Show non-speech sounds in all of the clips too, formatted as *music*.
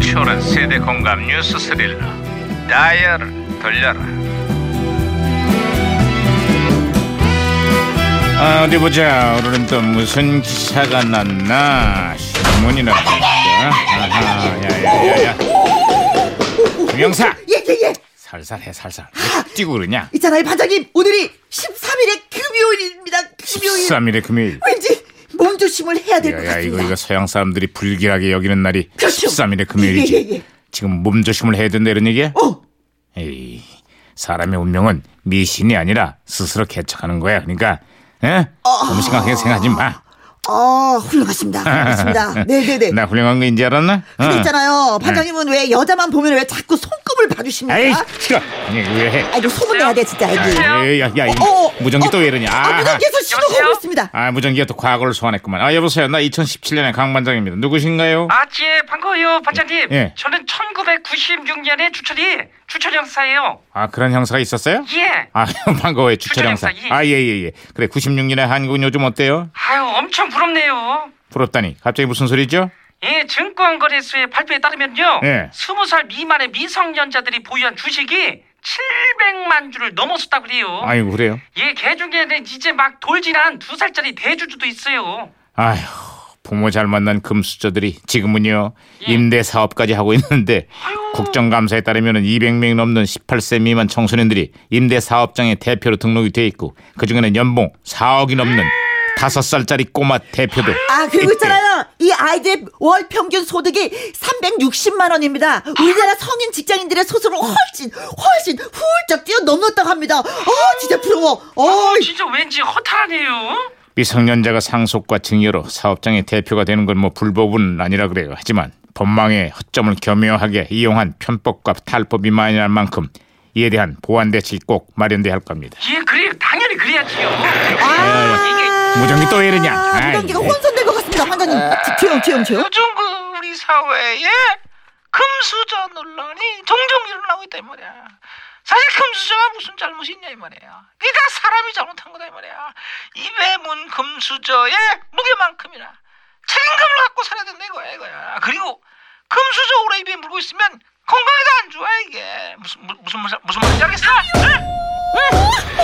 쏘는 세대 공감 뉴스 스릴러 다이얼을 돌려라 아, 어디 보자 오늘은 또 무슨 기사가 났나 신문이나 볼까 아하 야야야야 김영사 예예예 살살해 살살 왜 뛰고 그러냐 있잖아요 반장님 오늘이 13일의 금요일입니다 금요일 13일에 금요일 왠지 몸조심을 해야 될 것 야야 같아요 이거 이거 서양 사람들이 불길하게 여기는 날이 그렇죠. 13일에 금요일이지 예, 예, 예. 지금 몸조심을 해야 된다 이런 얘기야? 어 에이, 사람의 운명은 미신이 아니라 스스로 개척하는 거야. 그러니까 에? 너무 심각하게 생각하지 마. 아, 훌륭하십니다. *laughs* 훌륭하십니다. 네네네. 나 훌륭한 거 인지 알았나? 근데 어. 예. 있잖아요. 반장님은 왜 여자만 보면 왜 자꾸 손금을 봐주십니까? 에이, 싫어. 아니, 왜 해? 아이고, 소문내야 돼, 진짜. 아이고. 에이, 야, 야, 이 무전기 또 왜 이러냐? 어, 아, 아, 무전기에서 신호가 오고 있습니다. 아, 무전기가 또 과거를 소환했구만. 아, 여보세요. 나 2017년의 강반장입니다. 누구신가요? 아예 반가워요 반장님 예. 저는 1996년에 주철이 주철 형사예요 아, 그런 형사가 있었어요? 예 아, *laughs* 반가워요, 주철 주철 형사. 형사, 예. 아, 예, 예, 예. 그래, 96년의 한국은 요즘 어때요? 아유 엄청 부럽네요 부럽다니. 갑자기 무슨 소리죠? 예 증권거래소의 발표에 따르면요 예. 20살 미만의 미성년자들이 보유한 주식이 700만 주를 넘어섰다고 그래요 아이고, 그래요? 예 개중에는 이제 막 돌진한 두 살짜리 대주주도 있어요 아휴, 부모 잘 만난 금수저들이 지금은요 임대 사업까지 하고 있는데 국정감사에 따르면 200명이 넘는 18세 미만 청소년들이 임대 사업장의 대표로 등록이 돼 있고 그 중에는 연봉 4억이 넘는 5살짜리 꼬마 대표도 아, 있대요. 그리고 있잖아요. 이 아이들의 월 평균 소득이 360만 원입니다. 우리나라 성인 직장인들의 소수를 훨씬, 훨씬 훌쩍 뛰어넘었다고 합니다. 어, 진짜 부러워. 어, 진짜 왠지 허탈하네요 미성년자가 상속과 증여로 사업장의 대표가 되는 건 뭐 불법은 아니라 그래요. 하지만 법망의 허점을 교묘하게 이용한 편법과 탈법이 많이 날 만큼 이에 대한 보완 대책이 꼭 마련돼야 할 겁니다. 예 그래요 당연히 그래야지요 이게 아, 무전기 또 이러냐? 아이, 무전기가 예. 혼선된 것 같습니다. 환자님, 아. 지- 조용, 조용, 조용. 요즘 그 우리 사회에 금수저 논란이 종종 일어나고 있다 이 말이야. 사실 금수저가 무슨 잘못이 있냐 이 말이야. 이게 다 사람이 잘못한 거다 이 말이야. 입에 문 금수저의 무게만큼이나 책임감을 갖고 살아야 된다 이거야 이거야. 그리고 금수저 오래 입에 물고 있으면 건강에도 안 좋아 이게. 무슨 무- 무슨 무슨 무슨 말인지 알겠어? 응?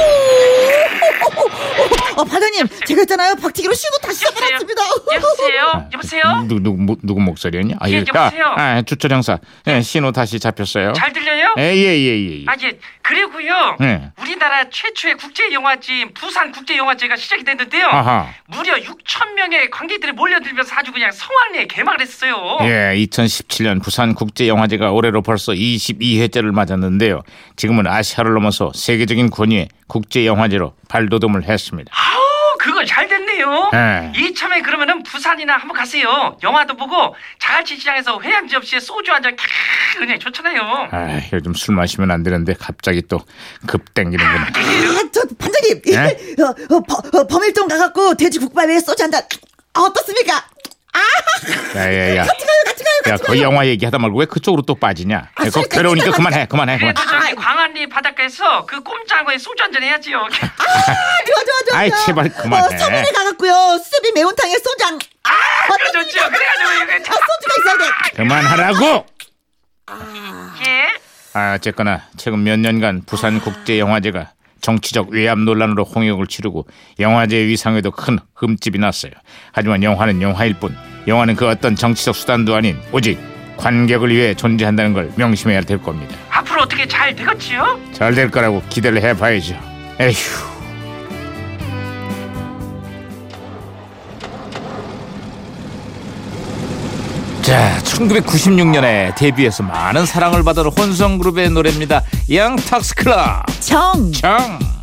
어, 반장님, 제가 있잖아요. 박치기로 신고 네, 다시 시작했습니다. 여보세요? 누, 누, 누, 누구 목소리였냐? 아, 예, 여기- 여보세요? 아, 아, 주철 형사. 예, 신호 다시 잡혔어요. 들려요? 예, 예, 예, 예. 예. 아, 예. 그리고요. 네. 우리나라 최초의 국제 영화제인 부산 국제 영화제가 시작이 됐는데요. 아하. 무려 6천 명의 관객들이 몰려들면서 아주 그냥 성황리에 개막을 했어요. 예, 2017년 부산 국제 영화제가 올해로 벌써 22회째를 맞았는데요. 지금은 아시아를 넘어서 세계적인 권위의 국제 영화제로 발돋움을 했습니다. 아우, 그거 잘 됐네요. 예. 이참에 그러면은 부산이나 한번 가세요. 영화도 보고 자갈치 시장에서 회양지 없이 소주 한잔 캬, 그냥 좋잖아요. 아, 요즘 술 마시면 안 되는데 갑자기 또 급 땡기는구나. 아, 저 반장님, 네? 어, 어, 범- 어, 범일동 가갖고 돼지 국밥에 소주 한 잔. 아, 어떻습니까? 야, 야, 야. 같이 가요, 같이 가요, 야, 같이 가요. 그 영화 얘기하다 말고 왜 그쪽으로 또 빠지냐? 아, 그거 진짜, 괴로우니까 진짜 그만해, 그만해, 그만. 그래도 저기 아이고. 광안리 바닷가에서 그 꼼장어에 소주 한잔 해야지요. 아, 좋아, *laughs* 좋아, 좋아. 아이, 좋아. 제발 그만해. 어, 서문에 가갖고요. 수제비 매운탕에 소주 한. 아, 그렇죠. 그거 좋죠. 그래가지고 이거 아, 소주가 있어야 돼. 그만하라고! 예. 아, 어쨌거나 최근 몇 년간 부산 국제 영화제가 정치적 외압 논란으로 홍역을 치르고 영화제 위상에도 큰 흠집이 났어요. 하지만 영화는 영화일 뿐 영화는 그 어떤 정치적 수단도 아닌 오직 관객을 위해 존재한다는 걸 명심해야 될 겁니다. 앞으로 어떻게 잘 되겠지요? 잘 될 거라고 기대를 해봐야죠. 에휴. 자, 1996년에 데뷔해서 많은 사랑을 받은 혼성그룹의 노래입니다. 양탁스클럽. 정. 정.